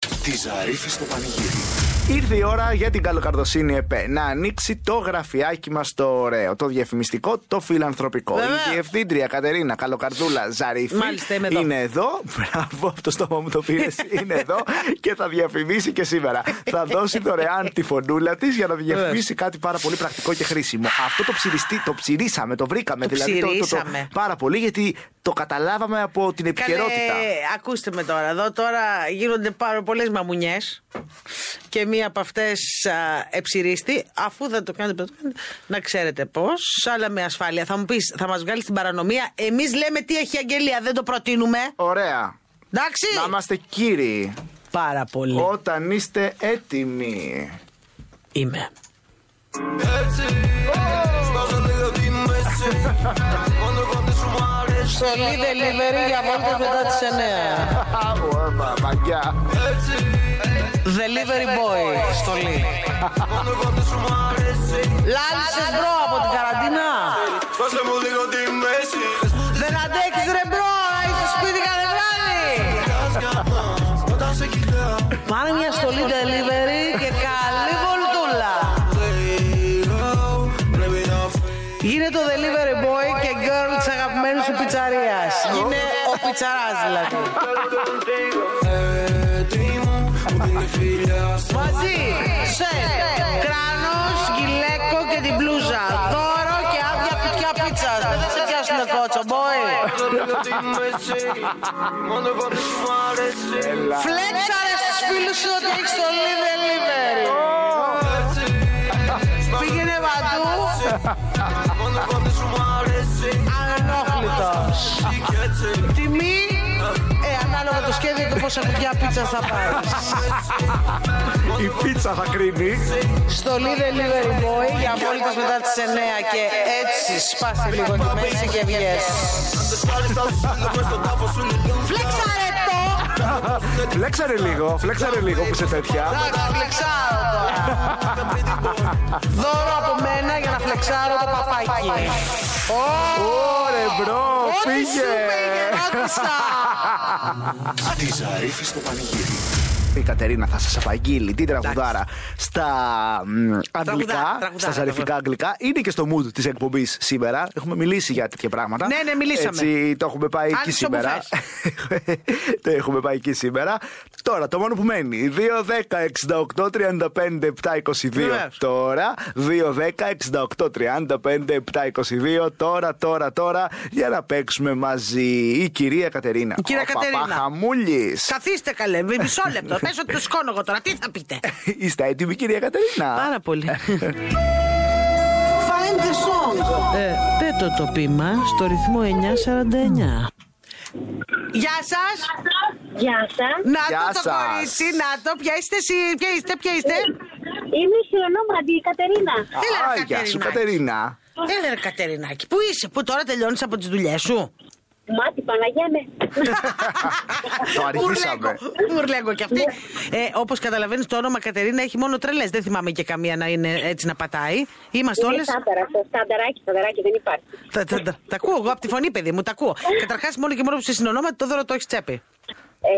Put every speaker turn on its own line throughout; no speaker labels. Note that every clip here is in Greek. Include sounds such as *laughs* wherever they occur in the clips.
Τη Ζαρίφη στο πανηγύρι.
Ήρθε η ώρα για την καλοκαρδοσύνη ΕΠΕ να ανοίξει το γραφιάκι μας το ωραίο, το διαφημιστικό, το φιλανθρωπικό.
Βέβαια.
Η διευθύντρια Κατερίνα Καλοκαρδούλα Ζαρίφη
Μάλιστα, είμαι εδώ.
είναι εδώ. Μπράβο, από το στόμα μου το πήρες.
*laughs*
είναι εδώ και θα διαφημίσει και σήμερα. θα δώσει δωρεάν τη φωνούλα της για να διαφημίσει κάτι πάρα πολύ πρακτικό και χρήσιμο. Αυτό το, ψηριστή, το ψηρίσαμε, το βρήκαμε.
Το
δηλαδή το- το- το-
ψηρίσαμε.
πάρα πολύ γιατί το καταλάβαμε από την
Καλέ,
επικαιρότητα.
ακούστε με τώρα. Εδώ τώρα γίνονται πάρα πολλές μαμουνιές. Και μία από αυτές εψηρίστη. Αφού δεν το κάνετε, δεν το κάνετε, να ξέρετε πώς. Αλλά με ασφάλεια. Θα μου πεις, θα μας βγάλεις την παρανομία. Εμείς λέμε τι έχει η αγγελία, δεν το προτείνουμε.
Ωραία.
Εντάξει.
Να είμαστε κύριοι
Πάρα πολύ.
όταν είστε έτοιμοι.
Είμαι. *laughs* Σολί delivery για βόλτες μετά τις 9.
Ωρμα, μαγιά.
Delivery boy. Στολί. Λάλησες μπρο από την καραντίνα. Δεν αντέχεις ρε μπρο, είσαι σπίτι κανένα βράδυ. Πάρε μια στολή delivery και καλή βολτούλα. Γίνε το delivery boy και girl της αγαπημένης σου πιτσαρίας. Γίνε ο πιτσαράς δηλαδή. Μαζί, σε κράνος, γυλαίκο και την μπλούζα. Δώρο και άδεια κουτιά πίτσα. Δεν σε πιάσουνε κότσο, boy.
Έλα.
Φλέξαρε στους φίλους σου ότι έχεις το live delivery. Πήγαινε παντού. Ανενόχλητος. Τιμή, ε, ανάλογα το σχέδιο και πόσα κουτιά πίτσα θα πάρεις.
Η πίτσα θα κρίνει.
στο Delivery Boy για απόλυτα μετά τις 9 και έτσι σπάσε λίγο τη μέση και βγες. Φλέξαρε το!
Φλέξαρε λίγο, φλέξαρε λίγο που είσαι τέτοια.
Εντάξει, φλεξάρω τώρα. *laughs* Δώρο από μένα για να φλεξάρω το παπάκι. Ω,
Ωρε μπρο,
Ό,τι σου πήγε,
πήγε.
ρώτησα.
Τη Ζαρίφη στο πανηγύρι.
Η Κατερίνα θα σας απαγγείλει την τραγουδάρα στα μ, αγγλικά,
τραγουδάρα,
στα ζαριφικά αγγλικά. Είναι και στο mood της εκπομπής σήμερα. Έχουμε μιλήσει για τέτοια πράγματα.
Ναι, ναι, μιλήσαμε.
Έτσι, το έχουμε πάει εκεί
Άνοιξε όπου
σήμερα. το έχουμε πάει εκεί σήμερα. Τώρα, το μόνο που μένει. 2, 10, 68, 35, 7, 22.
Βεβαίως.
Τώρα. 2, 10, 68, 35, 7, 22. Τώρα, τώρα, τώρα. Για να παίξουμε μαζί. Η κυρία Κατερίνα.
Η κυρία
Ο
Κατερίνα.
Παπαχαμούλης.
Καθίστε καλέ, μισό *laughs* λεπτό. Πες ότι το σκόνω εγώ τώρα, τι θα πείτε.
Είστε έτοιμοι, κυρία Κατερίνα.
Πάρα πολύ. Find the song. Ε, πέτω το πείμα στο ρυθμό 949. Γεια σας.
Γεια σας.
Να
Γεια
το το
σας.
κορίτσι, να το. Ποια είστε εσύ, ποια είστε, ποια είστε.
Είμαι η χειρονόμαντη, η Κατερίνα.
Έλα,
Α,
ρε,
γεια σου,
Κατερινάκη. *laughs*
Κατερίνα.
Έλα ρε Κατερινάκη, πού είσαι, που τώρα τελειώνεις από τις δουλειές σου.
Μάτι, ναι. Παναγία
*laughs*
με.
Το αρχίσαμε.
Μπουρλέγκο, Μπουρλέγκο κι αυτή. Ε, όπως καταλαβαίνεις το όνομα Κατερίνα έχει μόνο τρελές. Δεν θυμάμαι και καμία να είναι έτσι να πατάει. Είμαστε
Είναι
όλες...
στάνταρα αυτό. Στανταράκι, στανταράκι, δεν υπάρχει.
Τα, τα, τα, τα ακούω εγώ από τη φωνή, παιδί μου, τα ακούω. Καταρχάς, μόνο και μόνο που είσαι συνονόματι, το δώρο το έχεις τσέπη.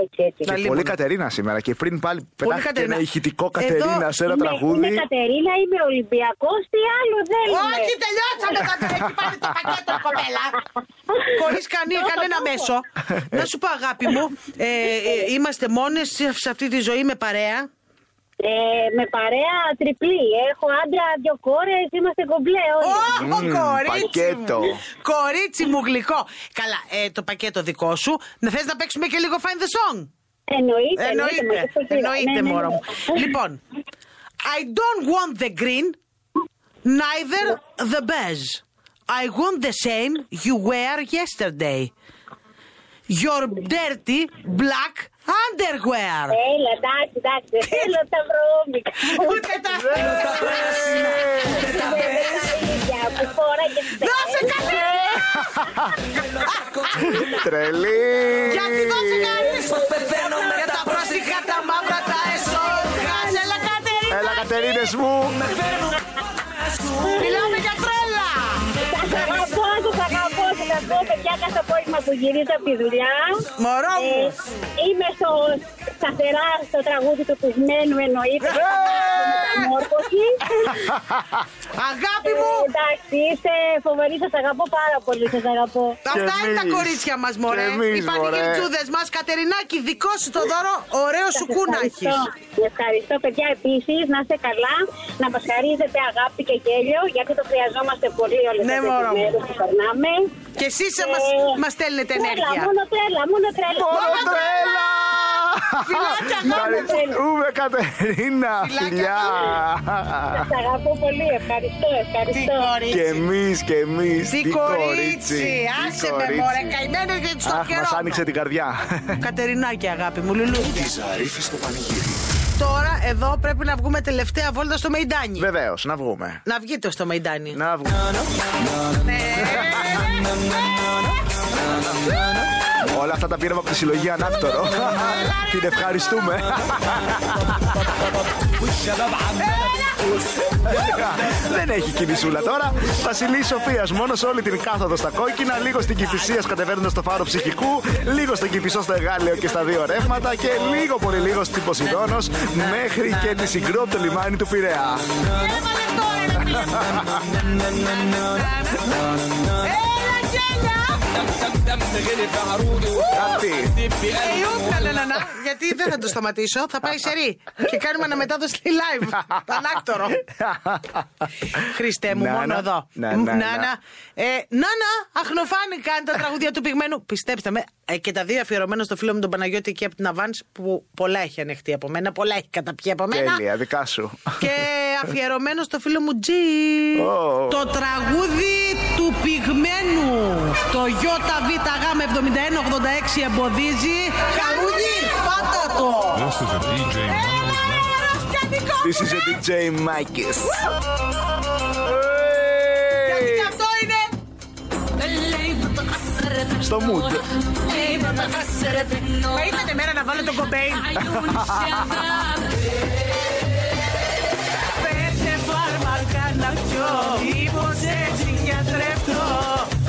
Έτσι, Ε, έτσι.
Να
Πολύ
λίμωνα.
Κατερίνα σήμερα και πριν πάλι πετάχτηκε
Κατερίνα.
ένα ηχητικό
Εδώ
Κατερίνα σε ένα
Είμαι-
τραγούδι.
Ναι, Είμαι Κατερίνα, είμαι Ολυμπιακός. Τι άλλο δεν είμαι.
Όχι, τελειώσαμε τα έχει πάρει το πακέτο, κοπέλα. Χωρίς κανένα μέσο. Να σου πω, αγάπη μου, ε, ε, είμαστε μόνες σε αυτή τη ζωή με παρέα.
*laughs* Ε, με παρέα τριπλή. Έχω άντρα, δύο κόρες. Είμαστε κομπλέ όλοι.
Ω,
Μμμ,
κορίτσι
πακέτο.
μου. Κορίτσι μου γλυκό. Καλά, ε, το πακέτο δικό σου. Να θες να παίξουμε και λίγο Find the Song.
Εννοείται.
Εννοείται,
μα, και στο κύριο. Ναι,
εννοείται,
ναι,
μωρό
ναι.
μου. Λοιπόν, I don't want the green, neither the beige. I want the same you wear yesterday. Your dirty black underwear.
Έλα, εντάξει, εντάξει. δεν Θέλω τα βρώμικα.
Ούτε τα...
Τα βελάκια που φοράγε χθες.
Δώσε κάτι!
Τρελή.
Γιατί δώσε κάτι! Για τα πρόστιχα, τα μαύρα, τα έσω. Χάζελα, Κατερίνα!
Έλα Κατερίνες μου.
Μιλάμε για τρέλα!
Σ' αγαπώ, σ' αγαπώ, σ' αγαπώ. να πω, παιδιά, κάθε απόγευμα που γυρίζω από τη δουλειά.
Μωρό μου.
ε, είμαι στο, σταθερά στο τραγούδι του Κουσμένου, εννοείται.
Ε!
και φωνάζω Μεταμόρφωση.
Αγάπη
Ε,
μου.
εντάξει, είστε φοβεροί, σας αγαπώ πάρα πολύ, σας αγαπώ.
Αυτά
Και
είναι τα
εμείς.
κορίτσια μας, μωρέ.
Και εμείς,
Οι
μωρέ.
πανηγυρτζούδε μας, Κατερινάκη, δικό σου το δώρο, ωραίο σου
Σας
κούνα
ευχαριστώ.
έχει.
Ευχαριστώ, παιδιά, επίσης, να είστε καλά, να μας χαρίζετε αγάπη και γέλιο, γιατί το χρειαζόμαστε πολύ όλες
Ναι,
αυτές
μωρό
τις
μου.
μέρες που περνάμε.
Και εσείς
Ε,
μας στέλνετε
τρέλα,
ενέργεια.
Μόνο τρέλα, μόνο τρέλα.
Μόνο
Μόνο
τρέλα!
Φιλάκια, αγάπη μου.
Ευχαριστούμε, Κατερίνα.
Φιλάκια,
Φιλιά.
Σας αγαπώ πολύ, ευχαριστώ,
Τι
ευχαριστώ.
Και
κορίτσι.
εμείς και εμείς.
Τι κορίτσι. Άσε με, μωρέ. Καημένε για του
Αχ, μας άνοιξε την καρδιά.
Κατερινάκη, αγάπη μου, λουλούδια.
Τη Ζαρίφη στο πανηγύρι.
Τώρα εδώ πρέπει να βγούμε τελευταία βόλτα στο Μεϊντάνι.
Βεβαίως, να βγούμε.
Να βγείτε στο Μεϊντάνι.
Να βγούμε. Όλα αυτά τα πήραμε από τη συλλογή Ανάκτορο.
*laughs*
Την ευχαριστούμε. Δεν έχει κινησούλα τώρα. Βασιλή Σοφίας, μόνο σε όλη την κάθοδο στα κόκκινα, λίγο στην κυφυσία κατεβαίνοντα στο φάρο ψυχικού, λίγο στον κυφισό στο εγάλεο και στα δύο ρεύματα και λίγο πολύ λίγο στην Ποσειδόνο μέχρι και τη συγκρού από το λιμάνι του Πειραιά.
Έβαλε τώρα, ρε φίλε μου. Έλα, γέλια.
Αυτή.
Ε, όπλα, ναι, ναι, ναι. Γιατί δεν θα το σταματήσω, θα πάει σε ρί. Και κάνουμε αναμετάδοση live. Πανάκτορο.
*laughs*
Χριστέ μου,
Να,
μόνο
να.
εδώ.
Να,
Μ,
να,
να,
να.
να. Ε, να, να, αχνοφάνη κάνει τα τραγούδια του πυγμένου. Πιστέψτε με, ε, και τα δύο αφιερωμένα στο φίλο μου τον Παναγιώτη εκεί από την Αβάν που πολλά έχει ανεχτεί από μένα, πολλά έχει καταπιεί από μένα.
Τέλεια, δικά σου.
Και αφιερωμένο στο φίλο μου Τζι.
Ω.
Το τραγούδι του πυγμένου. Το ΙΒΓ7186 εμποδίζει. Χαρούνι, πάτα το.
This is a DJ Miles Leonard.
This is a DJ Mikes.
Γιατί και αυτό είναι.
Στο mood.
Μα ήρθατε μέρα να βάλω τον κομπέιν. Πέντε φάρμακα να πιω. Μήπως έτσι γιατρευτώ.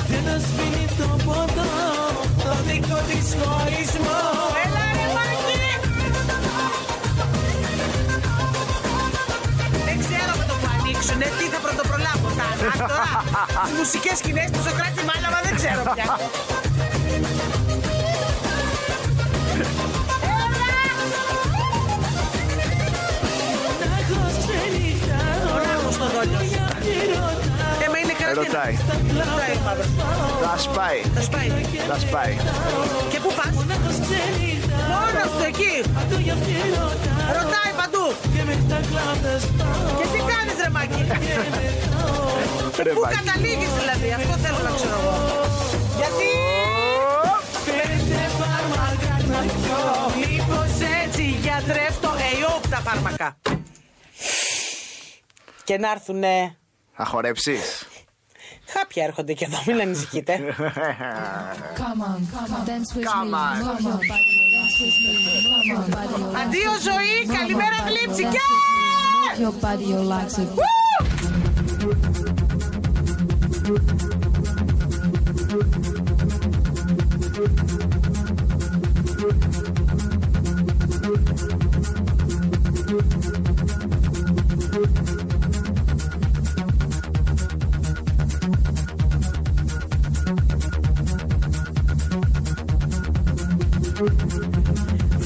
Δεν θα σβήνει το ποτό. Το δικό της χωρισμό. Έλα ρε Μάκη. Δεν ξέρω αν το που ανοίξουνε. Τι θα πρωτοπρολάβω τα ανάκτορα. Τις μουσικές σκηνές του Σοκράτη Μάλαμα δεν ξέρω πια. Μπράβο στον δόλιο. Ε, μα είναι καραντίνα.
Ρωτάει.
Ρωτάει, μάλλον.
Θα σπάει,
Θα σπάει.
θα σπάει.
Και πού πας. Μόνος του εκεί. Ρωτάει παντού. Και τι κάνεις ρε Μάκη.
Ρε
Πού
Ε, Μάκη.
καταλήγεις δηλαδή. Αυτό θέλω να ξέρω εγώ. Γιατί. Μήπως έτσι γιατρεύτω αιώπ τα φάρμακα. Και να έρθουνε.
Θα χορέψεις.
Χάπια έρχονται και εδώ, μην ανησυχείτε.
Come on, come on, dance with
Come
me.
on.
Move your body, dance with me. Move your body, you like
Αντίο ζωή, καλημέρα γλύψη και...
it. Your body, you like it.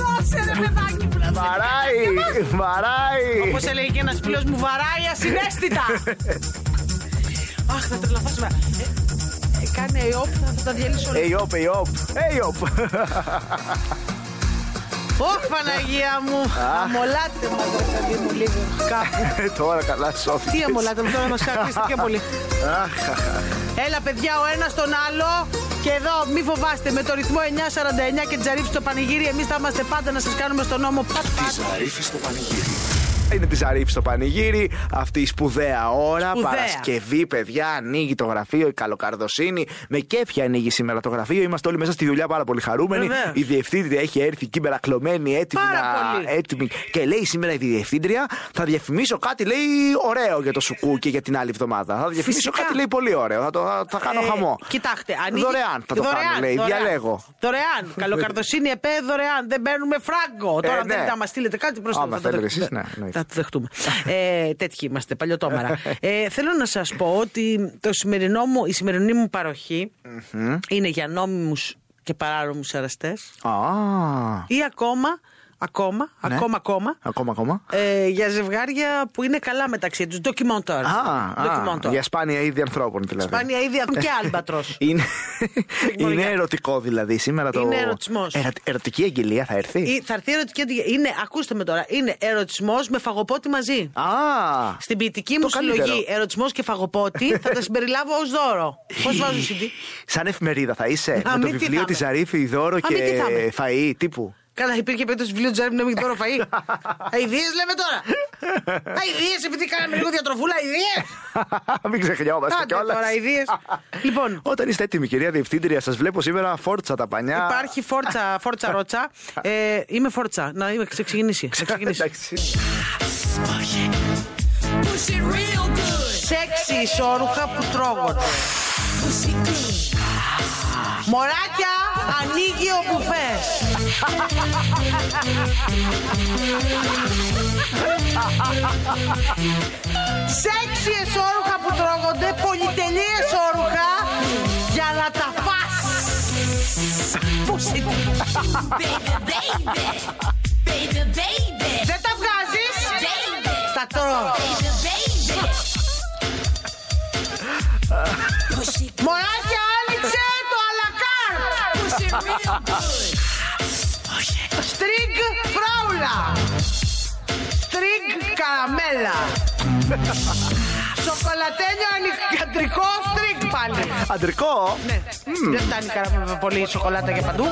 Δώσε ρε παιδάκι μου να δω.
Βαράει, βαράει.
Όπως έλεγε και ένας φίλος μου βαράει ασυναίσθητα. Αχ, θα τρελαθώ σήμερα. Ε, ε, Κάνε αιώπ, θα τα διαλύσω όλα.
Αιόπ, αιόπ, αιόπ.
Ωχ, Παναγία μου. Αμολάτε μας, ρε παιδί μου, λίγο. Κάπου.
*laughs* Τώρα καλά σώθηκες.
Τι αμολάτε μου, τώρα μας χαρακτηρίσετε πιο πολύ. Έλα, παιδιά, ο ένας τον άλλο. Και εδώ, μη φοβάστε, με το ρυθμό 949 και τζαρίψει το πανηγύρι, εμείς θα είμαστε πάντα να σας κάνουμε στον νόμο πατ-πατ.
Τη Ζαρίφη στο πανηγύρι.
Είναι της Ζαρίφη στο πανηγύρι. Αυτή η σπουδαία ώρα.
Σπουδαία.
Παρασκευή, παιδιά. Ανοίγει το γραφείο. Η καλοκαρδοσύνη. Με κέφια ανοίγει σήμερα το γραφείο. Είμαστε όλοι μέσα στη δουλειά πάρα πολύ χαρούμενοι.
Βεβαίως.
Η διευθύντρια έχει έρθει εκεί μερακλωμένη, έτοιμη,
Πάρα
να-
πολύ.
έτοιμη. Και λέει σήμερα η διευθύντρια θα διαφημίσω κάτι, λέει, ωραίο για το σουκού και για την άλλη εβδομάδα. Θα διαφημίσω
Φυσικά.
κάτι, λέει, πολύ ωραίο. Θα, το, θα, θα κάνω
Ε,
χαμό.
Κοιτάξτε, ανοίγει.
Δωρεάν θα το κάνω, λέει.
δωρεάν.
Διαλέγω.
Δωρεάν. Καλοκαρδοσύνη, επέ, δωρεάν. Δεν παίρνουμε φράγκο. Τώρα
ναι.
δεν θα μας στείλετε κάτι προ
Άμα θέλετε εσείς, ναι, εννοείται.
Θα το δεχτούμε. ε, τέτοιοι
*laughs*
είμαστε, παλιωτόμαρα. ε, θέλω να σας πω ότι το σημερινό μου, η σημερινή μου παροχή είναι για νόμιμους και παράνομους αραστέ
Α,
ή ακόμα, ακόμα,
ναι.
ακόμα, ακόμα.
Ακόμα, ακόμα.
Ε, για ζευγάρια που είναι καλά μεταξύ τους. Ντοκιμόντορ.
Α, α, για σπάνια είδη ανθρώπων δηλαδή.
Σπάνια ήδη ακού- και άλμπατρος.
Είναι,
Συγγνώμη.
είναι ερωτικό δηλαδή σήμερα το.
Είναι ερωτισμός. Ε-
Ερα- ερωτική εγγυλία θα έρθει.
Ή- Θα έρθει ερωτική. αντιγε- Είναι, ακούστε με τώρα, είναι ερωτισμός με φαγοπότη μαζί.
Α,
Στην ποιητική
το
μου
καλύτερο.
συλλογή ερωτισμός και φαγοπότη θα τα συμπεριλάβω ως
*laughs*
δώρο. Πώς βάζω CD.
Σαν εφημερίδα θα είσαι.
Α,
με το
μην
βιβλίο
τυθάμε.
τη Ζαρίφη, δώρο
Α, μην
και
τυθάμε.
φαΐ τύπου. *laughs*
Καλά, υπήρχε περίπτωση βιβλίο Τζέρμι να μην δώρο φαΐ. Αιδίε λέμε τώρα. Αιδίε, επειδή κάναμε λίγο διατροφούλα, αιδίε.
Μην ξεχνιόμαστε
Άντε
κιόλας.
τώρα,
*laughs*
ιδέες. Λοιπόν.
Όταν είστε έτοιμοι, κυρία Διευθύντρια, σας βλέπω σήμερα φόρτσα τα πανιά.
Υπάρχει φόρτσα, φόρτσα ρότσα. Ε, είμαι φόρτσα. Να είμαι
*laughs*
ξεκινήσει. να ξεκινήσει.
Εντάξει.
Σεξι ισόρουχα που τρώγονται. Μωράκια, ανοίγει ο μπουφές. Σεξι εσόρουχα που τρώγονται, πολυτελή εσόρουχα για να τα φας. Δεν τα βγάζεις, τα τρώω. Μωράκια, άνοιξε το αλακάρ! Στριγκ φράουλα! Στριγκ καραμέλα! Σοκολατένιο ανοιχτρικό στριγκ πάλι!
Αντρικό.
Ναι, δεν φτάνει καραμέλα πολύ σοκολάτα για παντού.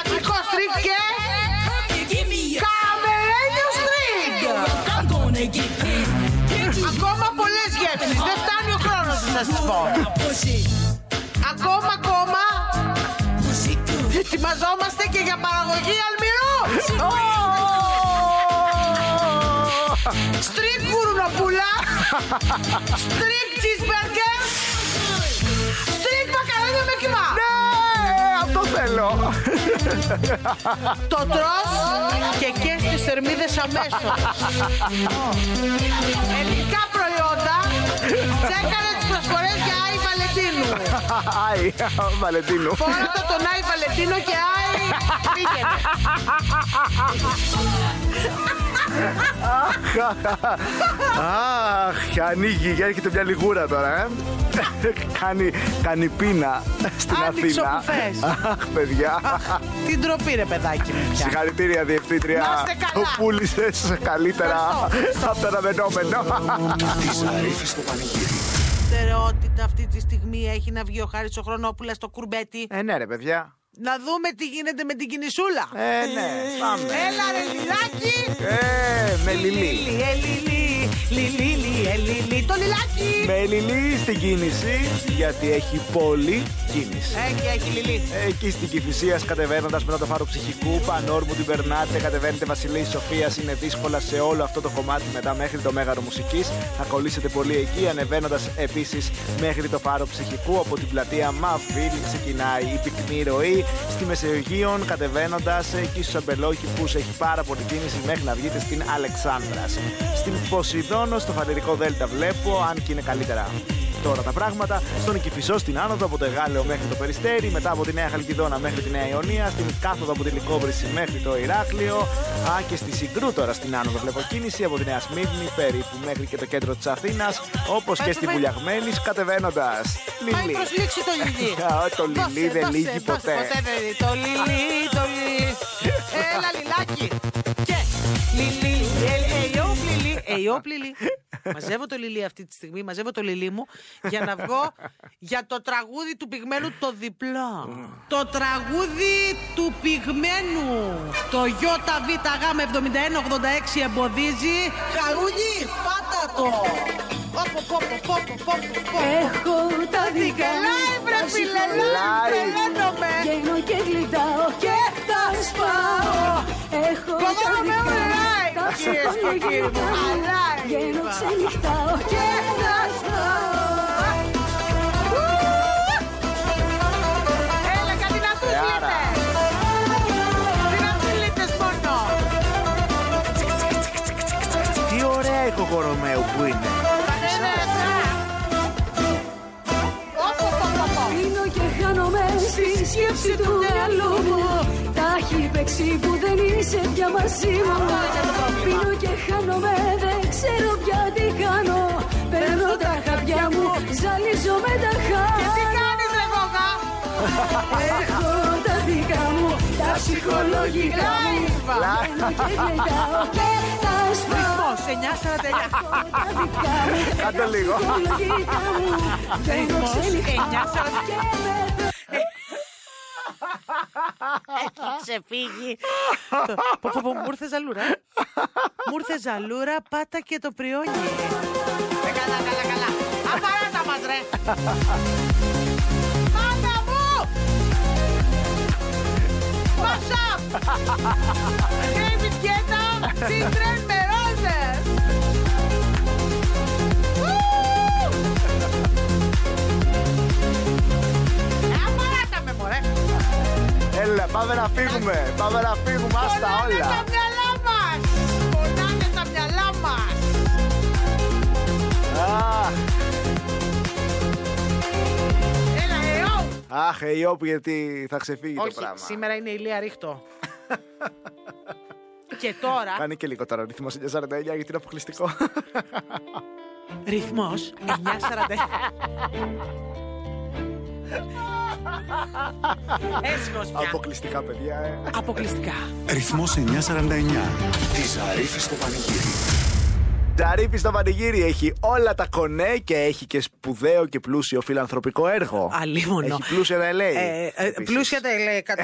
Αντρικό στριγκ και καραμελένιο στριγκ! Ακόμα πολλές γεύσεις, δεν φτάνει ο χρόνος να σας πω. Ακόμα, ακόμα, ετοιμαζόμαστε και για παραγωγή αλμυρού! Στρίκ κουρνοπούλα, στρίκ cheeseburger, στρίκ μακαρόνια με κοιμά.
Ε, αυτό θέλω.
Το τρως και και στις θερμίδες αμέσως. Ελληνικά προϊόντα, τσέκαρα τις προσφορές για Άι Βαλεντίνου.
Άι, Βαλεντίνο.
Φόρατα τον Άι Βαλεντίνο και Άι πήγαινε.
Αχ, και ανοίγει και έρχεται μια λιγούρα τώρα, ε. κάνει, κάνει πείνα στην
Άνοιξε ο
Αθήνα.
μπουφές.
Αχ, παιδιά.
Τι ντροπή ρε παιδάκι μου πια.
Συγχαρητήρια, Διευθύντρια.
Να είστε καλά.
Το πούλησες καλύτερα από το αναμενόμενο.
Της Ζαρίφη στο πανηγύρι.
προτεραιότητα αυτή τη στιγμή έχει να βγει ο Χάρης ο Χρονόπουλα στο κουρμπέτι.
ε, ναι, ρε, παιδιά.
Να δούμε τι γίνεται με την κινησούλα.
Ε, ναι, πάμε.
Έλα ρε λιλάκι!
Ε, με λιλί.
Λιλί, ε, λιλί, λιλί, λι, ε, λιλί, το λιλάκι!
Με λιλί στην κίνηση, γιατί έχει πολλή κίνηση.
Έχει, έχει λιλί.
Εκεί στην Κυφυσίας, κατεβαίνοντας μετά το φάρο ψυχικού, πανόρμου την περνάτε, κατεβαίνετε Βασιλή Σοφία. Είναι δύσκολα σε όλο αυτό το κομμάτι μετά μέχρι το μέγαρο μουσικής. Θα κολλήσετε πολύ εκεί, ανεβαίνοντας επίσης μέχρι το φάρο ψυχικού. Από την πλατεία Μαβίλη ξεκινάει η πυκνή ροή. Στη Μεσαιογείων, κατεβαίνοντας εκεί στους Αμπελόκηπους, έχει πάρα πολύ κίνηση μέχρι να βγείτε στην Αλεξάνδρας. Στην Ποσειδόνο, στο Φανερικό Δέλτα, βλέπω, αν και είναι καλύτερα τώρα τα πράγματα. Στον Κυφισό στην άνοδο από το Εγάλεο μέχρι το Περιστέρι, μετά από τη Νέα Χαλκιδόνα μέχρι τη Νέα Ιωνία, στην κάθοδο από τη Λικόβρηση μέχρι το Ηράκλειο. Α, και στη Συγκρού τώρα στην άνοδο βλέπω κίνηση από τη Νέα Σμύρνη περίπου μέχρι και το κέντρο της Αθήνας, όπως και στη Βουλιαγμένης κατεβαίνοντας.
Πάει
Λιλί.
προς λήξη το λιλί.
*laughs* Α, το λιλί
Δώσε,
δεν
δώσε,
λύγει
δώσε,
ποτέ.
δεν λύγει. Το λιλί, το λιλί. Έλα λιλάκι. Και λιλί, ε, ε, ε, ε, όπλη, λι, ε, ε, όπλη, λι. μαζεύω το λιλί αυτή τη στιγμή, μαζεύω το λιλί μου για να βγω για το τραγούδι του πυγμένου το διπλό. το τραγούδι του πυγμένου. Το ΙΒΓ7186 εμποδίζει. Χαρούνι, πάτα το. Πόπο, πόπο, πόπο, πόπο, πόπο.
Έχω τα δικά μου
Live, ρε
τα
φίλε,
συγχωρώ.
live, τρελαίνομαι.
Βγαίνω και γλιτάω και τα σπάω Έχω τα
Τρελαίνομαι,
δικά μου
live,
τα
κυρίες και
συγχωρώ.
κύριοι μου. Alive.
Βγαίνω ξενυχτάω και τα σπάω
Έλεγα δυνατούς
Άρα.
λέτε. Δυνατούς λέτε μόνο.
Τι ωραία έχω εγώ Ρωμαίου που είναι.
Ναι, ναι, ναι. Όπο, πω, πω, πω.
Πίνω και χάνομαι στη σκέψη του μυαλού μου Τα έχει παίξει που δεν είσαι πια μαζί μου Πίνω και χάνομαι, δεν ξέρω πια τι κάνω Παίρνω τα χαπιά μου, ζαλίζω με τα
Και τι
χάρη
κάνεις ρε Γόγα.
Έχω τα δικά μου, τα ψυχολογικά μου
Λάιβα.
Πίνω και γλεντάω και τα σπάω
Ρυθμός, 9.49.
Έχω τα δικά μου,
Κάντε
τα
λίγο.
ψυχολογικά μου Παίρνω
Ρυθμός,
ξενυχτάω
9.49.
και με
ξεφύγει. Πω, πω, πω, Μου ήρθε ζαλούρα. Μου ήρθε ζαλούρα, πάτα και το πριόνι. Ε, Καλά, καλά, καλά. Απαράτα μας ρε. *laughs* Πάτα μου! Πασά! David Guetta, Children με ρόζες. Ου! Ε, Απαράτα με μωρέ.
Έλα, πάμε να φύγουμε. Πάμε να φύγουμε. Άστα
Πονάνε τα
όλα.
μυαλά μας! Πονάνε τα μυαλά μας!
Αχ.
Έλα, ε, ω!
Αχ, ε, Ιώπη, γιατί θα ξεφύγει το
Όχι,
πράγμα.
σήμερα είναι η Λία Ρίχτο. Και τώρα.
Κάνει και λίγο τώρα ρυθμό 949 γιατί είναι αποκλειστικό.
Ρυθμός 9.40. Έσχος πια.
Αποκλειστικά, παιδιά. ε.
Αποκλειστικά.
Ρυθμός 949. Τη Ζαρίφη στο πανηγύρι.
Τζαρίπη στο πανηγύρι έχει όλα τα κονέ και έχει και σπουδαίο και πλούσιο φιλανθρωπικό έργο.
Αλίμονο.
Έχει πλούσια τα LA.
Ε, ε,
επίσης.
πλούσια τα LA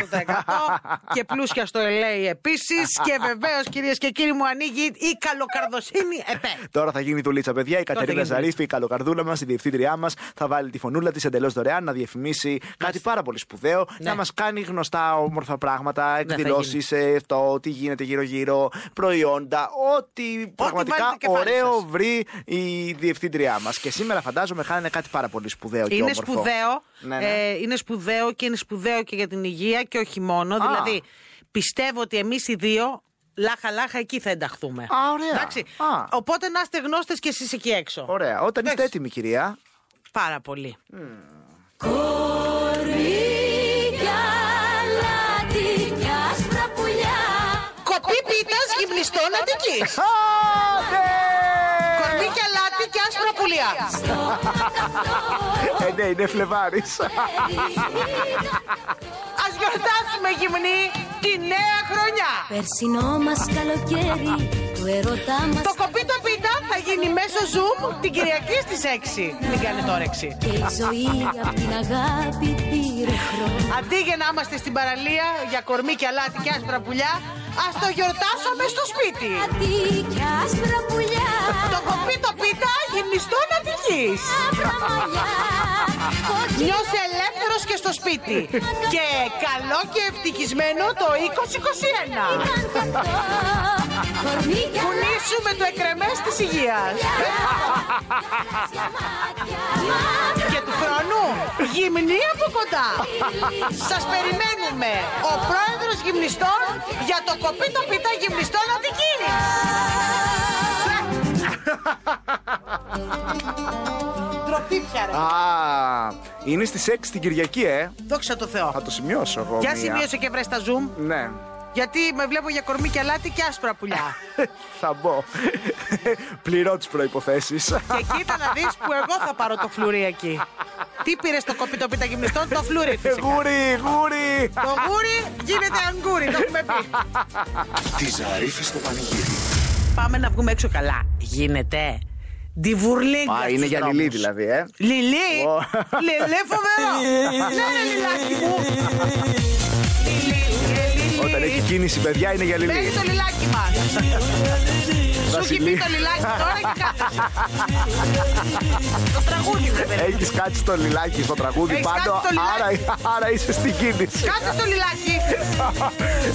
*laughs*
100% και πλούσια στο LA επίσης. Και βεβαίως, κυρίες και κύριοι, μου ανοίγει η καλοκαρδοσύνη ΕΠΕ.
Τώρα θα γίνει δουλίτσα, παιδιά. Η Κατερίνα
γίνει
Ζαρίφη, η καλοκαρδούλα μας, η διευθύντριά μας, θα βάλει τη φωνούλα της εντελώς δωρεάν να διαφημίσει κάτι πάρα πολύ σπουδαίο, να μας κάνει γνωστά όμορφα πράγματα,
Ναι. θα
εκδηλώσεις, αυτό, τι γίνεται γύρω-γύρω, προϊόντα, ό,τι πραγματικά
βάλετε το κεφάλι
ωραίο
σας.
βρει η διευθύντριά μας. Και σήμερα φαντάζομαι χάνε κάτι πάρα πολύ σπουδαίο και
Είναι
όμορφο.
σπουδαίο.
Ναι, ναι.
Ε, είναι σπουδαίο και είναι σπουδαίο και για την υγεία και όχι μόνο. Δηλαδή, πιστεύω ότι εμείς οι δύο λάχα-λάχα εκεί θα ενταχθούμε.
Α, ωραία.
Εντάξει.
Α.
Οπότε να είστε γνώστες κι εσείς εκεί έξω.
Ωραία. Ναι. Όταν είστε
Εντάξει.
έτοιμοι, κυρία.
Πάρα πολύ.
Κορμίκια, λατινιά, άσπρα πουλιά.
Κοπή πίτας γυμνιστών Αττική. Κορμί και αλάτι και άσπρα πουλιά.
Ε, ναι, είναι Φλεβάρη.
Ας γιορτάσουμε γυμνή τη νέα χρονιά.
Περσινό μας καλοκαίρι, του ερωτά μας
Το κοπή το πίτα θα γίνει μέσω Zoom την Κυριακή στις 6. Μην κάνετε όρεξη.
και η ζωή απ' την αγάπη πήρε χρόνο.
Αντί για να είμαστε στην παραλία για κορμί και αλάτι και άσπρα πουλιά, ας το γιορτάσουμε στο σπίτι.
Κάτι κι άσπρα πουλιά,
Το κοπεί το πίτα γυμνιστών Αττικής.
άσπρα μαλλιά, κόκκινα
Νιώσε ελεύθερος και στο σπίτι. Και καλό και ευτυχισμένο το 2021.
ήταν κακό. Κορμίκια,
Κουνήσουμε το εκρεμές της υγείας.
γαλάζια μάτια, μαύρα
Και του χρόνου γυμνή από κοντά. Σας περιμένουμε. Ο πρόεδρος γυμνιστών για το κοπεί το πίτα γυμνιστών Αττικής. Ντροπή πια ρε.
Α, είναι στις 6 την Κυριακή, ε.
Δόξα τω Θεώ.
Θα το σημειώσω εγώ.
Για
μία.
σημείωσε και βρες τα zoom.
Ναι,
Γιατί με βλέπω για κορμί και αλάτι και άσπρα πουλιά.
θα μπω. Πληρώ τις προποθέσει.
και κοίτα να δεις που εγώ θα πάρω το φλουρί εκεί. Τι πήρες το κοπιτό πίτα γυμνιστών, το φλουρί φυσικά.
Ε, Γούρι, γούρι!
το γούρι γίνεται αγκούρι, το έχουμε πει.
Τη Ζαρίφη στο πανηγύρι.
Πάμε να βγούμε έξω καλά. Γίνεται. Τη βουρλίγκα.
Α,
στους
είναι για λιλή
δρόμους.
δηλαδή, ε.
Λιλί!
Ω.
Λιλί, φοβερό! Ναι, ρε, λιλάκι μου! Λιλί, λιλί.
Όταν έχει κίνηση, παιδιά, είναι για λιλή.
Παίρνει το λιλάκι μας. Σου έχει
Βασιλή.
πει το λιλάκι τώρα και κάθεσαι. Το τραγούδι βέβαια.
Έχεις κάτσει στο λιλάκι στο τραγούδι
Έχεις
πάνω,
κάτσει στο λιλάκι.
άρα, άρα είσαι στην κίνηση.
Κάτσε στο λιλάκι.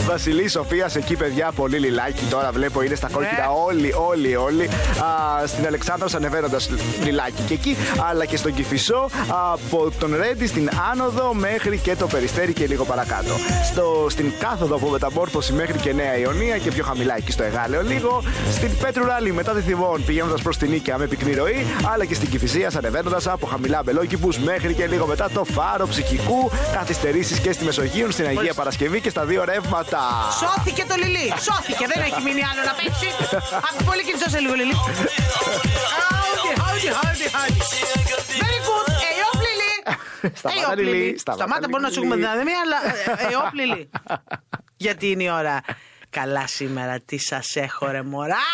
Βασιλή Σοφία εκεί, παιδιά, πολύ λιλάκι. Τώρα βλέπω είναι στα κόκκινα
Ναι.
όλοι, όλοι, όλοι. Α, στην Αλεξάνδρα ανεβαίνοντας λιλάκι και εκεί, αλλά και στον Κυφισό από τον Ρέντι στην άνοδο μέχρι και το Περιστέρι και λίγο παρακάτω. Στο, στην κάθοδο από μεταμόρφωση μέχρι και Νέα Ιωνία και πιο χαμηλά εκεί στο Εγάλεο λίγο. Στην Πέτρου Ράλι μετά τη Θημών πηγαίνοντας προς την Νίκαια με πυκνή ροή, αλλά και στην Κυφυσία ανεβαίνοντα από χαμηλά μπελόκυπου μέχρι και λίγο μετά το φάρο ψυχικού. Καθυστερήσεις και στη Μεσογείο, στην Αγία Παρασκευή και στα δύο ρεύματα.
Σώθηκε το λιλί. Σώθηκε. Δεν έχει μείνει άλλο να παίξει. Ακού πολύ κινητό σε λίγο λιλί. Howdy, howdy, howdy, howdy. Very good. Εϊόπ λιλί.
Σταμάτα,
Εϊόπ,
Λιλί.
λιλί.
Σταμάτα,
Σταμάτα, μπορεί να σου έχουμε
Λιλί.
δυναμία, αλλά ε, εϊόπ λιλί. Γιατί είναι η ώρα. Καλά σήμερα, τι σας έχω ρε μωρά!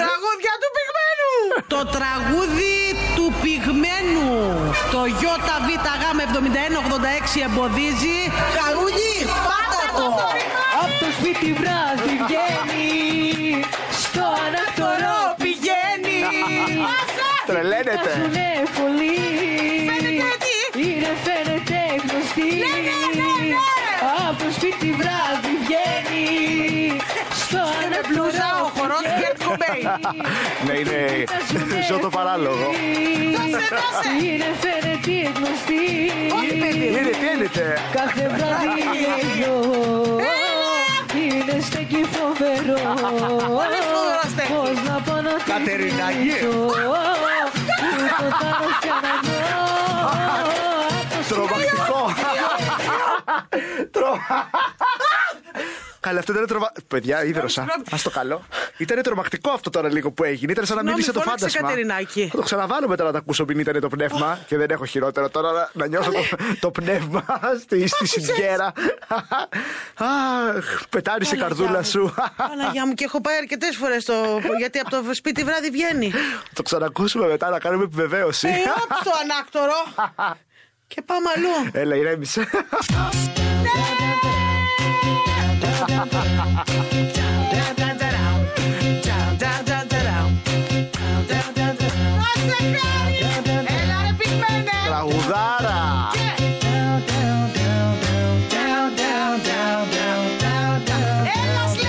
Τραγούδια του πυγμένου! Το τραγούδι του πυγμένου. Το ΙΒΓ7186 εμποδίζει. Χαρούνι, πάτα το!
Απ' το σπίτι βράδυ βγαίνει Στο ανακτορό πηγαίνει
Τρελαίνετε.
Κοιτάζουνε πολύ
Φαίνεται τι?
Είναι φαίνεται
Ναι,
γνωστή Απ' το σπίτι βράδυ βγαίνει Στο
με μπλούζα ο χορός Kurt Cobain.
Ναι, είναι ζωτο παράλογο.
Δώσε, δώσε!
Είναι φαίνεται γνωστή
Όχι, παιδί.
Είναι, τι ένεται.
Κάθε βράδυ εδώ είναι στέκει φοβερό
Πολύ φοβερό στέκει.
Πώς να πω να το
Κατερινάκη.
κρίσω, Ούτε θα το ξαναδώ
Τρομακτικό. Τρο- Καλά, αυτό ήταν τρομακτικό. Παιδιά, ίδρωσα.
Συγγνώμη.
Ας το καλό. Ήταν τρομακτικό αυτό τώρα λίγο που έγινε. Ήταν σαν να
Συγγνώμη,
μίλησε το
φώναξε
φάντασμα.
Κατερινάκη.
Θα το ξαναβάλω μετά να τα ακούσω μην ήταν το πνεύμα. Και δεν έχω χειρότερο τώρα να- να νιώσω το, το πνεύμα στη, στη συγκέρα. Αχ, πετάνει η καρδούλα σου.
Παναγιά μου και έχω πάει αρκετές φορές το. γιατί από το σπίτι βράδυ βγαίνει.
Το ξανακούσουμε μετά να κάνουμε επιβεβαίωση.
Εϊόπ στο ανάκτορο! και πάμε αλλού.
Έλα, ηρέμησε. Τραγουδάρα.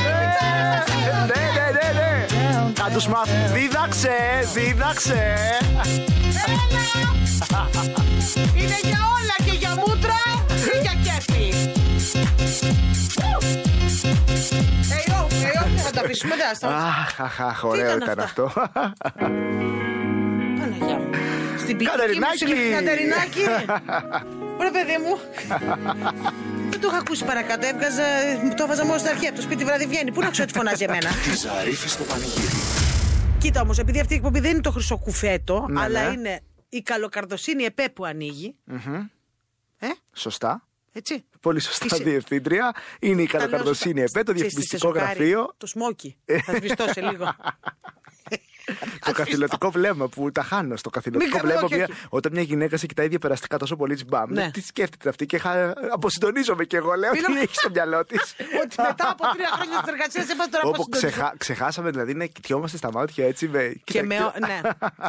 Ναι, ναι, ναι, ναι. Θα τους μάθω. Δίδαξε, δίδαξε.
Είναι για όλα και για μούτρα και για κέφι. Εϊό, εϊό, δεν θα τα αφήσουμε, δεν θα σταματήσουμε.
Αχ, αχ, αχ, ωραίο
ήταν
ήταν
αυτά?
αυτό.
Παναγιά μου. Στην πηγή μου
Κατερινάκη!
συλλογή. Κατερινάκη!
*laughs*
Ρε παιδί μου. Δεν το είχα ακούσει παρακάτω. Έβγαζα, το έβαζα μόνο στην αρχή. Από το σπίτι βράδυ βγαίνει. Πού να ξέρω τι φωνάζει
*laughs*
εμένα.
Τη Ζαρίφης στο πανηγύρι.
Κοίτα όμως, επειδή αυτή η εκπομπή δεν είναι το χρυσό κουφέτο,
Ναι,
αλλά
ναι.
είναι η καλοκαρδοσύνη επέ που ανοίγει. Ε,
Σωστά.
έτσι.
Πολύ σωστά,
Είσαι-
διευθύντρια. Είναι η
Τα λέω
καλοκαρδοσύνη
σωστά.
ΕΠΕ, το
Ξέρεις τι σε
διευθυντικό
σοκάρει?
γραφείο,
Το σμόκι. Θα σβηστώ σε
*laughs*
λίγο.
το καθηλωτικό βλέμμα που τα χάνω στο καθηλωτικό
Μην κα-
βλέμμα.
όχι,
μια-
όχι.
Όταν μια γυναίκα σε κοιτάει διαπεραστικά τόσο πολύ τσμπάμ,
Ναι.
λέει, τι σκέφτεται αυτή και χα- αποσυντονίζομαι και εγώ λέω
Μην
τι
νομι-
έχει στο μυαλό της.
*laughs* Ότι μετά από τρία χρόνια
*laughs*
τη εργασία είπα τώρα
Όπου
πώ
ξεχά- ξεχάσαμε δηλαδή να κοιτιόμαστε στα μάτια έτσι με.
Και με,
Κοίτα- *laughs*
ναι,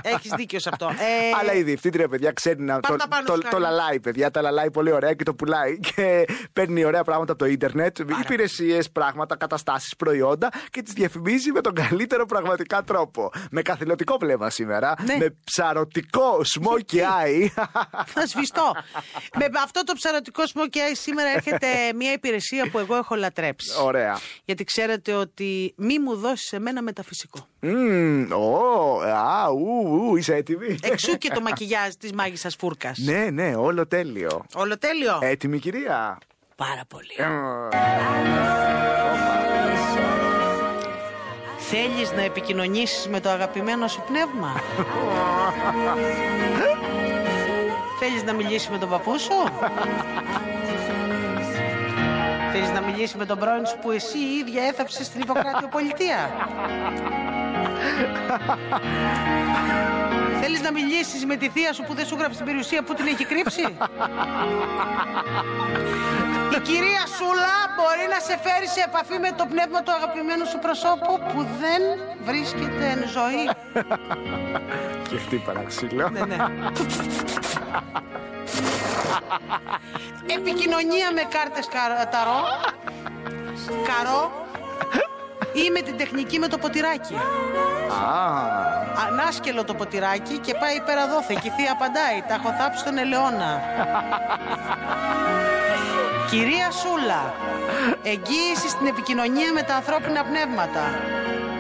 έχει δίκιο σε αυτό. Ε,
Αλλά η διευθύντρια, παιδιά, ξέρει να το,
Πάρ' τα πάνω
το,
σου,
το,
Κάρη.
λαλάει, παιδιά. Τα λαλάει πολύ ωραία και το πουλάει. *laughs* Και παίρνει ωραία πράγματα από το ίντερνετ, υπηρεσίες, πράγματα, καταστάσεις, προϊόντα και τις διαφημίζει με τον καλύτερο πραγματικά τρόπο. Με καθηλωτικό βλέμμα σήμερα.
Ναι.
Με ψαρωτικό smoky eye. *laughs*
Θα σβηστώ. Με αυτό το ψαρωτικό σμόκι σήμερα έρχεται μια υπηρεσία που εγώ έχω λατρέψει.
ωραία.
Γιατί ξέρετε ότι μη μου δώσεις εμένα μεταφυσικό.
Μμμ, ω, α, ου, ου, είσαι έτοιμη. *laughs*
Εξού και το μακιγιάζ της μάγισσας φούρκας.
ναι, Ε. ναι, όλο τέλειο.
Όλο τέλειο.
Έτοιμη κυρία.
Πάρα πολύ. Θέλεις να επικοινωνήσεις με το αγαπημένο σου πνεύμα. Θέλεις να μιλήσεις με τον παππού σου. Θέλεις να μιλήσεις με τον πρώην σου που εσύ η ίδια έθαψε στην Ιπποκράτειο πολιτεία. Θέλεις να μιλήσεις με τη θεία σου που δεν σου γράψει την περιουσία που την έχει κρύψει. Η κυρία Σούλα μπορεί να σε φέρει σε επαφή με το πνεύμα του αγαπημένου σου προσώπου που δεν βρίσκεται εν ζωή.
Και χτύπαρα ξύλο.
ναι, ναι. *laughs* Επικοινωνία με κάρτες καρ- ταρό. Καρό. Ή με την τεχνική με το ποτηράκι.
Α,
Ανάσκελο το ποτηράκι και πάει πέρα δόθε. Και η θεία απαντάει: Τα έχω θάψει τον *laughs* Ελαιώνα. Κυρία Σούλα, εγγύηση στην επικοινωνία με τα ανθρώπινα πνεύματα.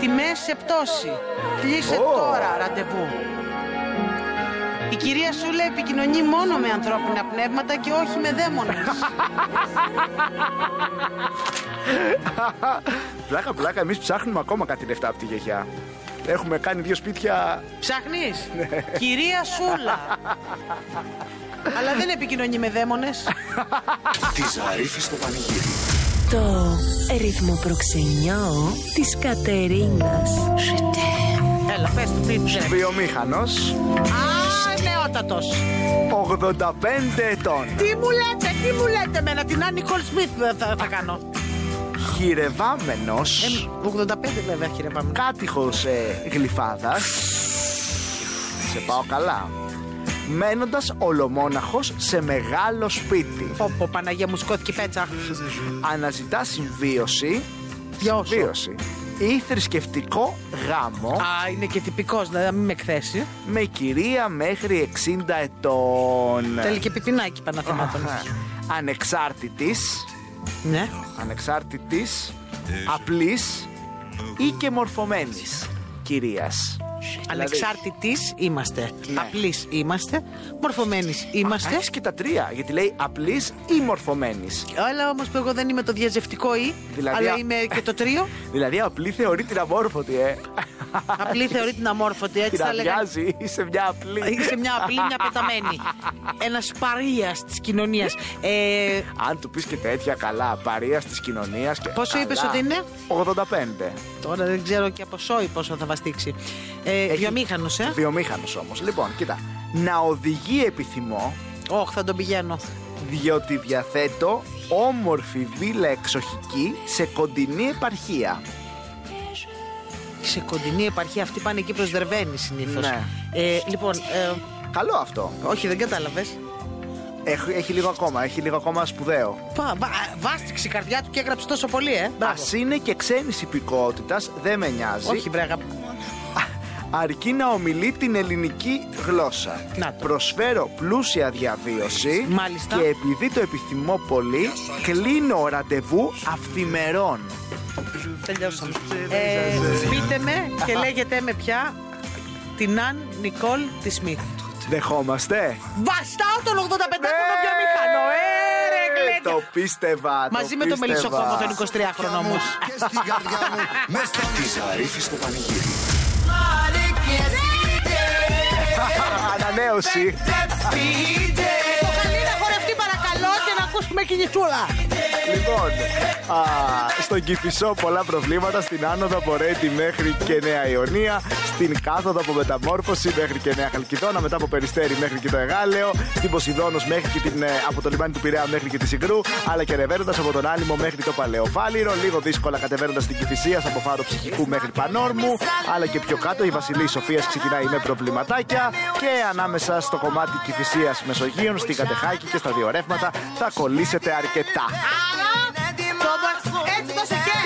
Τιμές σε πτώση. Κλείσε
Ω.
τώρα ραντεβού. Η κυρία Σούλα επικοινωνεί μόνο με ανθρώπινα πνεύματα και όχι με *laughs* δαίμονες.
πλάκα, πλάκα, εμείς ψάχνουμε ακόμα κάτι λεφτά από τη γιαγιά. Έχουμε κάνει δύο σπίτια.
Ψάχνεις. Κυρία *laughs* Σούλα. Αλλά δεν επικοινωνεί με δαίμονες.
Τη Ζαρίφη στο πανηγύρι.
Το ρυθμό προξενιό της Κατερίνας.
Έλα, πες του πριν. Α,
Βιομήχανο,
νεότατος.
85 ετών.
Τι μου λέτε, τι μου λέτε εμένα, την Άννη Χολ Σμιθ θα, θα κάνω.
Χειρευάμενος,
Ε, 85 βέβαια χειρεύαμε.
κάτυχο ε, γλυφάδας. Σε πάω καλά. Μένοντας ολομόναχος σε μεγάλο σπίτι.
Πω πω Παναγία μου σκόθηκε η πέτσα.
Αναζητάς συμβίωση.
Για όσο.
Συμβίωση. Ή θρησκευτικό γάμο
Α, είναι και τυπικός να μην με εκθέσει.
με κυρία μέχρι 60 ετών.
Θέλει και πιπινάκι Παναθημάτων.
Ανεξάρτητης
ναι.
Ανεξάρτητης Απλής Ή και μορφωμένης Κυρίας
Ανεξάρτητης είμαστε. Απλής είμαστε. Μορφωμένης είμαστε.
Έχεις και τα τρία γιατί λέει απλής ή μορφωμένης
Αλλά όμως που εγώ δεν είμαι το διαζευτικό ή,
Δηλαδή, α-
αλλά είμαι και το τρίο.
Δηλαδή απλή θεωρεί την αμόρφωτη ε.
Απλή θεωρεί την αμόρφωτη, έτσι
Την
θα λέγανε.
αδειάζει είσαι μια απλή
Είσαι μια απλή, μια πεταμένη. Ένας παρίας της κοινωνίας. Ε,
αν του πεις και τέτοια καλά, παρείας της κοινωνίας και
Πόσο
καλά.
είπες ότι είναι?
85.
τώρα δεν ξέρω και από σόι πόσο θα βαστίξει. Ε,
Έχει-
Βιομήχανος, ε.
Βιομήχανος όμως. Λοιπόν, κοίτα. Να οδηγεί επιθυμώ
Όχι, θα τον πηγαίνω.
διότι διαθέτω όμορφη βίλα εξοχική σε κοντινή επαρχία.
Σε κοντινή επαρχία αυτή πάνε εκεί προς Δερβαίνη συνήθως.
Ναι.
Ε, λοιπόν, ε,
Καλό αυτό.
όχι, δεν κατάλαβες.
Έχ- έχει λίγο ακόμα, έχει λίγο ακόμα σπουδαίο.
Πα, βα, ε, βάστηξε η καρδιά του και έγραψε τόσο πολύ, ε.
Α
Μπράβο.
είναι και ξένης υπηκότητας, δεν με νοιάζει.
Όχι, βρέγα.
Αρκεί να ομιλεί την ελληνική γλώσσα.
Να το.
Προσφέρω πλούσια διαβίωση.
Μάλιστα.
Και επειδή το επιθυμώ πολύ, κλείνω ραντεβού αυθημερών.
Τελειώσαμε. Ε, πείτε με και λέγεται με πια την Αν Νικόλ τη Σμιθ.
Δεχόμαστε.
Βαστάω τον 85
Ναι!
χρόνο βιομηχανό. Ε, ρε, γλένια.
Το πίστευα. το
Μαζί με το
πίστευα.
μελισσοκόμο τον 23χρονο όμω.
*laughs* Τη Ζαρίφη στο πανηγύρι.
Ανανέωση.
Το καλή να χορευτεί παρακαλώ και να ακούσουμε κινητσούλα.
Λοιπόν, α, στον Κηφισό πολλά προβλήματα, στην άνοδο από Ρέτη μέχρι και Νέα Ιωνία, στην κάθοδο από Μεταμόρφωση μέχρι και Νέα Χαλκιδόνα, μετά από Περιστέρι μέχρι και το Εγάλεο, στην Ποσειδόνος μέχρι και την, ε, από το λιμάνι του Πειραιά μέχρι και τη Συγκρού, αλλά και ρεβαίνοντας από τον Άλυμο μέχρι το Παλαιοφάλιρο, λίγο δύσκολα κατεβαίνοντας την Κηφισίας από Φάρο Ψυχικού μέχρι Πανόρμου, αλλά και πιο κάτω η Βασιλή Σοφίας ξεκινάει με προβληματάκια και ανάμεσα στο κομμάτι Κηφισίας Μεσογείων, στην Κατεχάκη και στα δύο ρεύματα θα κολλήσετε αρκετά.
Έτσι το σηκέ.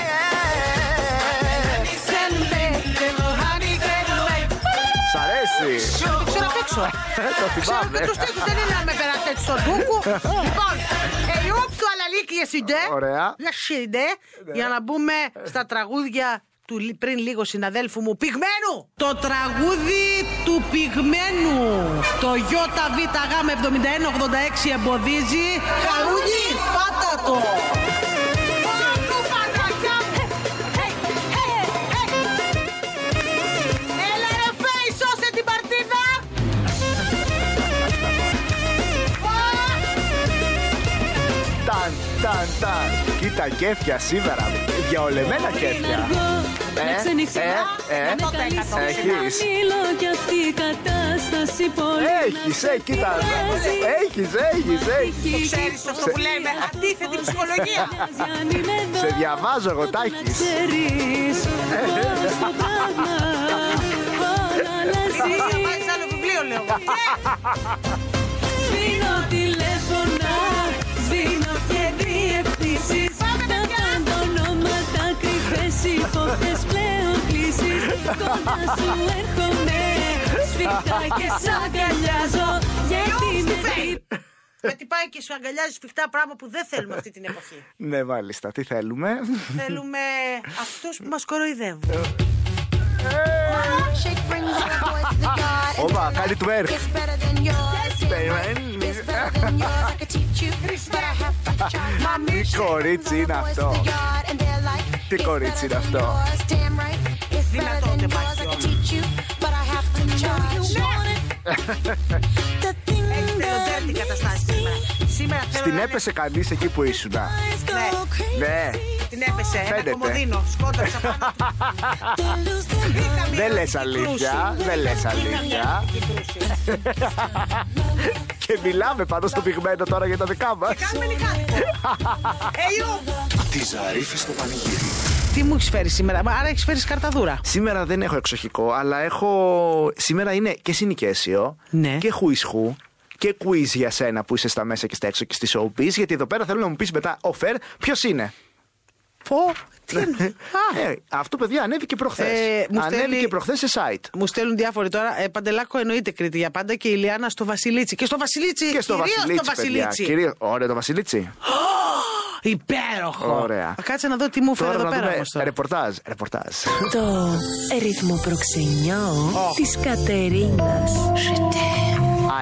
Σ' αρέσει.
Το ξέρω απ' έξω. ε.
Ε, Το
Ξέρω και
θυμάμαι.
τους τείχους, δεν είναι να με περάσετε στον
*laughs*
τούκο. Λοιπόν, ελιόψ του αλαλίκη εσύντε.
Ωραία. Ναι.
Εσύντε. Για να μπούμε στα τραγούδια του λι- πριν λίγο συναδέλφου μου Πυγμένου. Το τραγούδι του Πυγμένου. Το ΙΒΓ 7186 εμποδίζει. Χαρούνι, πάτα
*laughs*
το. Έλα ρε Φέη, σώσε την παρτίδα.
Ταν, ταν, ταν. Κοίτα κέφια σήμερα. κέφια, ολεμένα
Πριν
κέφια.
αργώ,
Ε,
να ξενυχτά,
ε, ε.
να με καλύψεις
Έχεις.
ένα μήλο κι αυτή η κατάσταση πολύ
Έχεις, ε, κοίτα. ε, Έχεις, έχεις, έχεις.
Ξέρεις αυτό που λέμε, αντίθετη
*laughs*
ψυχολογία.
Σε διαβάζω εγώ,
Να
Τάκης.
ξέρεις πώς το πράγμα όταν
Βάζεις
εσύ
άλλο βιβλίο, λέω.
Σβήνω τηλέφωνα, σβήνω και διευθύνσεις Τα πάντα ονόματα κρυφές υπόπτες πλέον κλείσεις Κοντά σου έρχομαι, σφιχτά και σ' αγκαλιάζω Γιατί με τρύπ-
Με τυπάει και σου αγκαλιάζει σφιχτά πράγμα που δεν θέλουμε αυτή την
*laughs*
εποχή.
Ναι, μάλιστα. Τι θέλουμε.
Θέλουμε αυτούς που μας κοροϊδεύουν.
Όπα, κάνει twerk.
Τι κορίτσι είναι αυτό. Τι κορίτσι είναι αυτό.
Δυνατό τεμάχιο. Εθελοντέρτη καταστάση σήμερα. Σήμερα θέλω
Στην
να
έπεσε κανείς εκεί που ήσουν. Ναι.
Την έπεσε.
Φαίνεται.
Ένα κομμωδίνο. Σκότωσα
*laughs*
πάνω του. Μπήκαμε
Δεν
στην
λες αλήθεια.
κρούση.
Δεν λες
Μπήκαμε
αλήθεια.
στην κρούση.
Και μιλάμε πάνω στο πυγμένο τώρα για τα δικά μας.
Κάνουμε λιγάκι.
*laughs*
Ελιού.
Τη Ζαρίφη στο πανηγύρι.
Τι μου έχεις φέρει σήμερα, Μα, άρα έχεις φέρει καρταδούρα.
Σήμερα δεν έχω εξοχικό, αλλά έχω. Σήμερα είναι και συνοικέσιο
Ναι.
και χουισχού και quiz για σένα που είσαι στα μέσα και στα έξω και στη showbiz. Γιατί εδώ πέρα θέλω να μου πεις μετά, ο Φερ, ποιος είναι.
Πω, τι
Ναι.
είναι. Α,
Ε, αυτό, παιδιά, ανέβηκε προχθές.
Ε, μου στέλνει-
ανέβηκε προχθές σε site.
Μου στέλνουν διάφοροι τώρα. Ε, Παντελάκο εννοείται Κρήτη για πάντα και η Λιάνα στο Βασιλίτσι. Και στο Βασιλίτσι!
Και στο
κυρίως
Βασιλίτσι,
στο
παιδιά.
Βασιλίτσι.
Κυρίως- Ωραία, το Βασιλίτσι.
Υπέροχο.
Ωραία.
Κάτσε να δω τι μου φέρει
Τώρα
εδώ
να
πέρα.
δούμε Ε,
όμως τώρα.
ρεπορτάζ. Ρεπορτάζ.
Το ρυθμό προξενιό της Κατερίνας.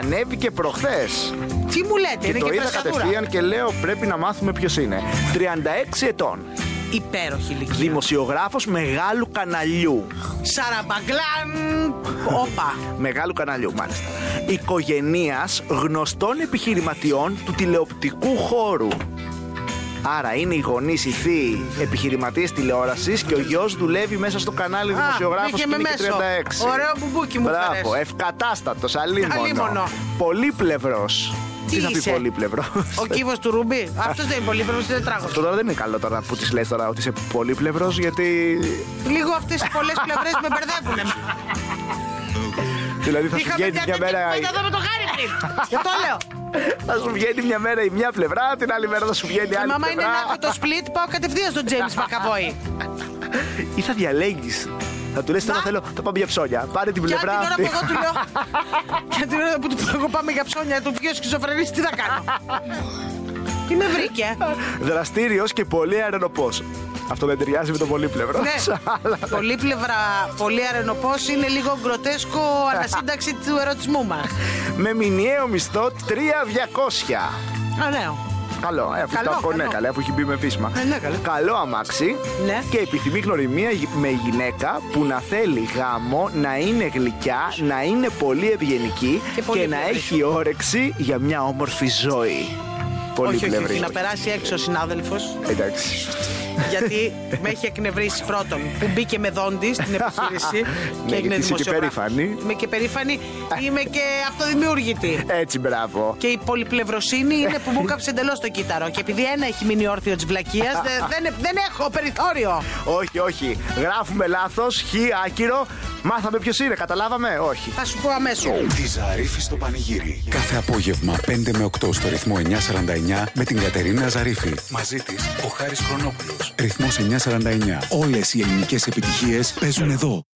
Ανέβηκε προχθέ.
Τι μου λέτε,
Και
είναι
το
και
είδα
φρεσκαδούρα.
κατευθείαν και λέω πρέπει να μάθουμε ποιος είναι. 36 ετών.
Υπέροχη ηλικία.
Δημοσιογράφος μεγάλου καναλιού. *laughs*
Σαραμπαγκλάν. Όπα.
Μεγάλου καναλιού, μάλιστα. Οικογενείας γνωστών επιχειρηματιών του τηλεοπτικού χώρου. Άρα είναι οι γονείς, οι θείοι επιχειρηματίες τηλεόρασης και ο γιος δουλεύει μέσα στο κανάλι δημοσιογράφο και
μπήκε με
είναι και
μέσο.
36.
Ωραίο μπουμπούκι μου
Μπράβο,
φέρες.
ευκατάστατος, αλίμονο.
Αλίμονο.
Πολύπλευρος.
Τι
θα πει
είσαι?
πολύπλευρο.
Ο κύβος του Ρούμπι. Αυτός δεν είναι πολύ, πρέπει να είναι τετράγωνος.
Αυτό τώρα δεν είναι καλό τώρα που της λες τώρα ότι είσαι πολύπλευρο, γιατί.
Λίγο αυτές τι πολλές πλευρές με μπερδεύουν.
Δηλαδή θα σου
Είχαμε
βγαίνει
μια
μια
τέτοια
μέρα. η-
κουβέντα εδώ με τον Χάρη πριν. Και το
*laughs*
λέω.
Θα σου βγαίνει μια μέρα η μια πλευρά, την άλλη μέρα θα σου βγαίνει η
Και
άλλη
μαμά είναι
πλευρά.
να έχω το σπλίτ, πάω κατευθείαν στον Τζέιμ
*laughs*
Μακαβόη.
Ε, Ή θα διαλέγεις. Θα του λες: Τώρα θέλω, θα πάμε για ψώνια. Πάρε την
Και αν την
πλευρά
ώρα που
αυτή.
εγώ του λέω.
*laughs*
Και αν την ώρα που του πω εγώ πάμε για ψώνια, του βγει ο σχιζοφρενής, τι θα κάνω. Τι με βρήκε.
*laughs* Δραστήριος και πολύ αερονοπό. Αυτό δεν ταιριάζει με το πολύπλευρο. *laughs*
Ναι, πολύ πλευρά, πολύ αρενοπός είναι λίγο γκροτέσκο ανασύνταξη του ερωτισμού μας.
με μηνιαίο μισθό 3.200.
Ωραίο.
Καλό, ε, αφού
Καλό,
το ακούω, ναι,
καλό.
καλά, αφού έχει μπει με φύσμα.
Ε, ναι, καλό.
αμάξι
Ναι.
και επιθυμεί γνωριμία γυ- με γυναίκα που να θέλει γάμο, να είναι γλυκιά, να είναι πολύ ευγενική
Και πολύ
να
πλευρή.
έχει όρεξη για μια όμορφη ζωή. Πολύ
όχι, όχι,
πλευρή.
όχι, να περάσει έξω ο συνάδελφος.
Εντάξει. *laughs*
γιατί με έχει εκνευρίσει πρώτον που μπήκε με δόντις στην επιχείρηση.
Ναι, γιατί είσαι και
δημοσιογράφος.
περήφανη.
Είμαι και περήφανη, είμαι και αυτοδημιούργητη.
Έτσι, μπράβο.
Και η πολυπλευροσύνη είναι που μου κάψε εντελώς το κύτταρο. Και επειδή ένα έχει μείνει όρθιο της βλακείας, δεν, δεν έχω περιθώριο.
Όχι, όχι. Γράφουμε λάθος. Χ, άκυρο. Μάθαμε ποιος είναι. Καταλάβαμε. Όχι.
Θα σου πω αμέσως.
Τη Ζαρίφη στο πανηγύρι. Κάθε απόγευμα 5 με 8 στο ρυθμό 949 με την Κατερίνα Ζαρίφη. Μαζί της ο Χάρης Χρονόπουλος. Ρυθμός 949. Όλες οι ελληνικές επιτυχίες παίζουν εδώ.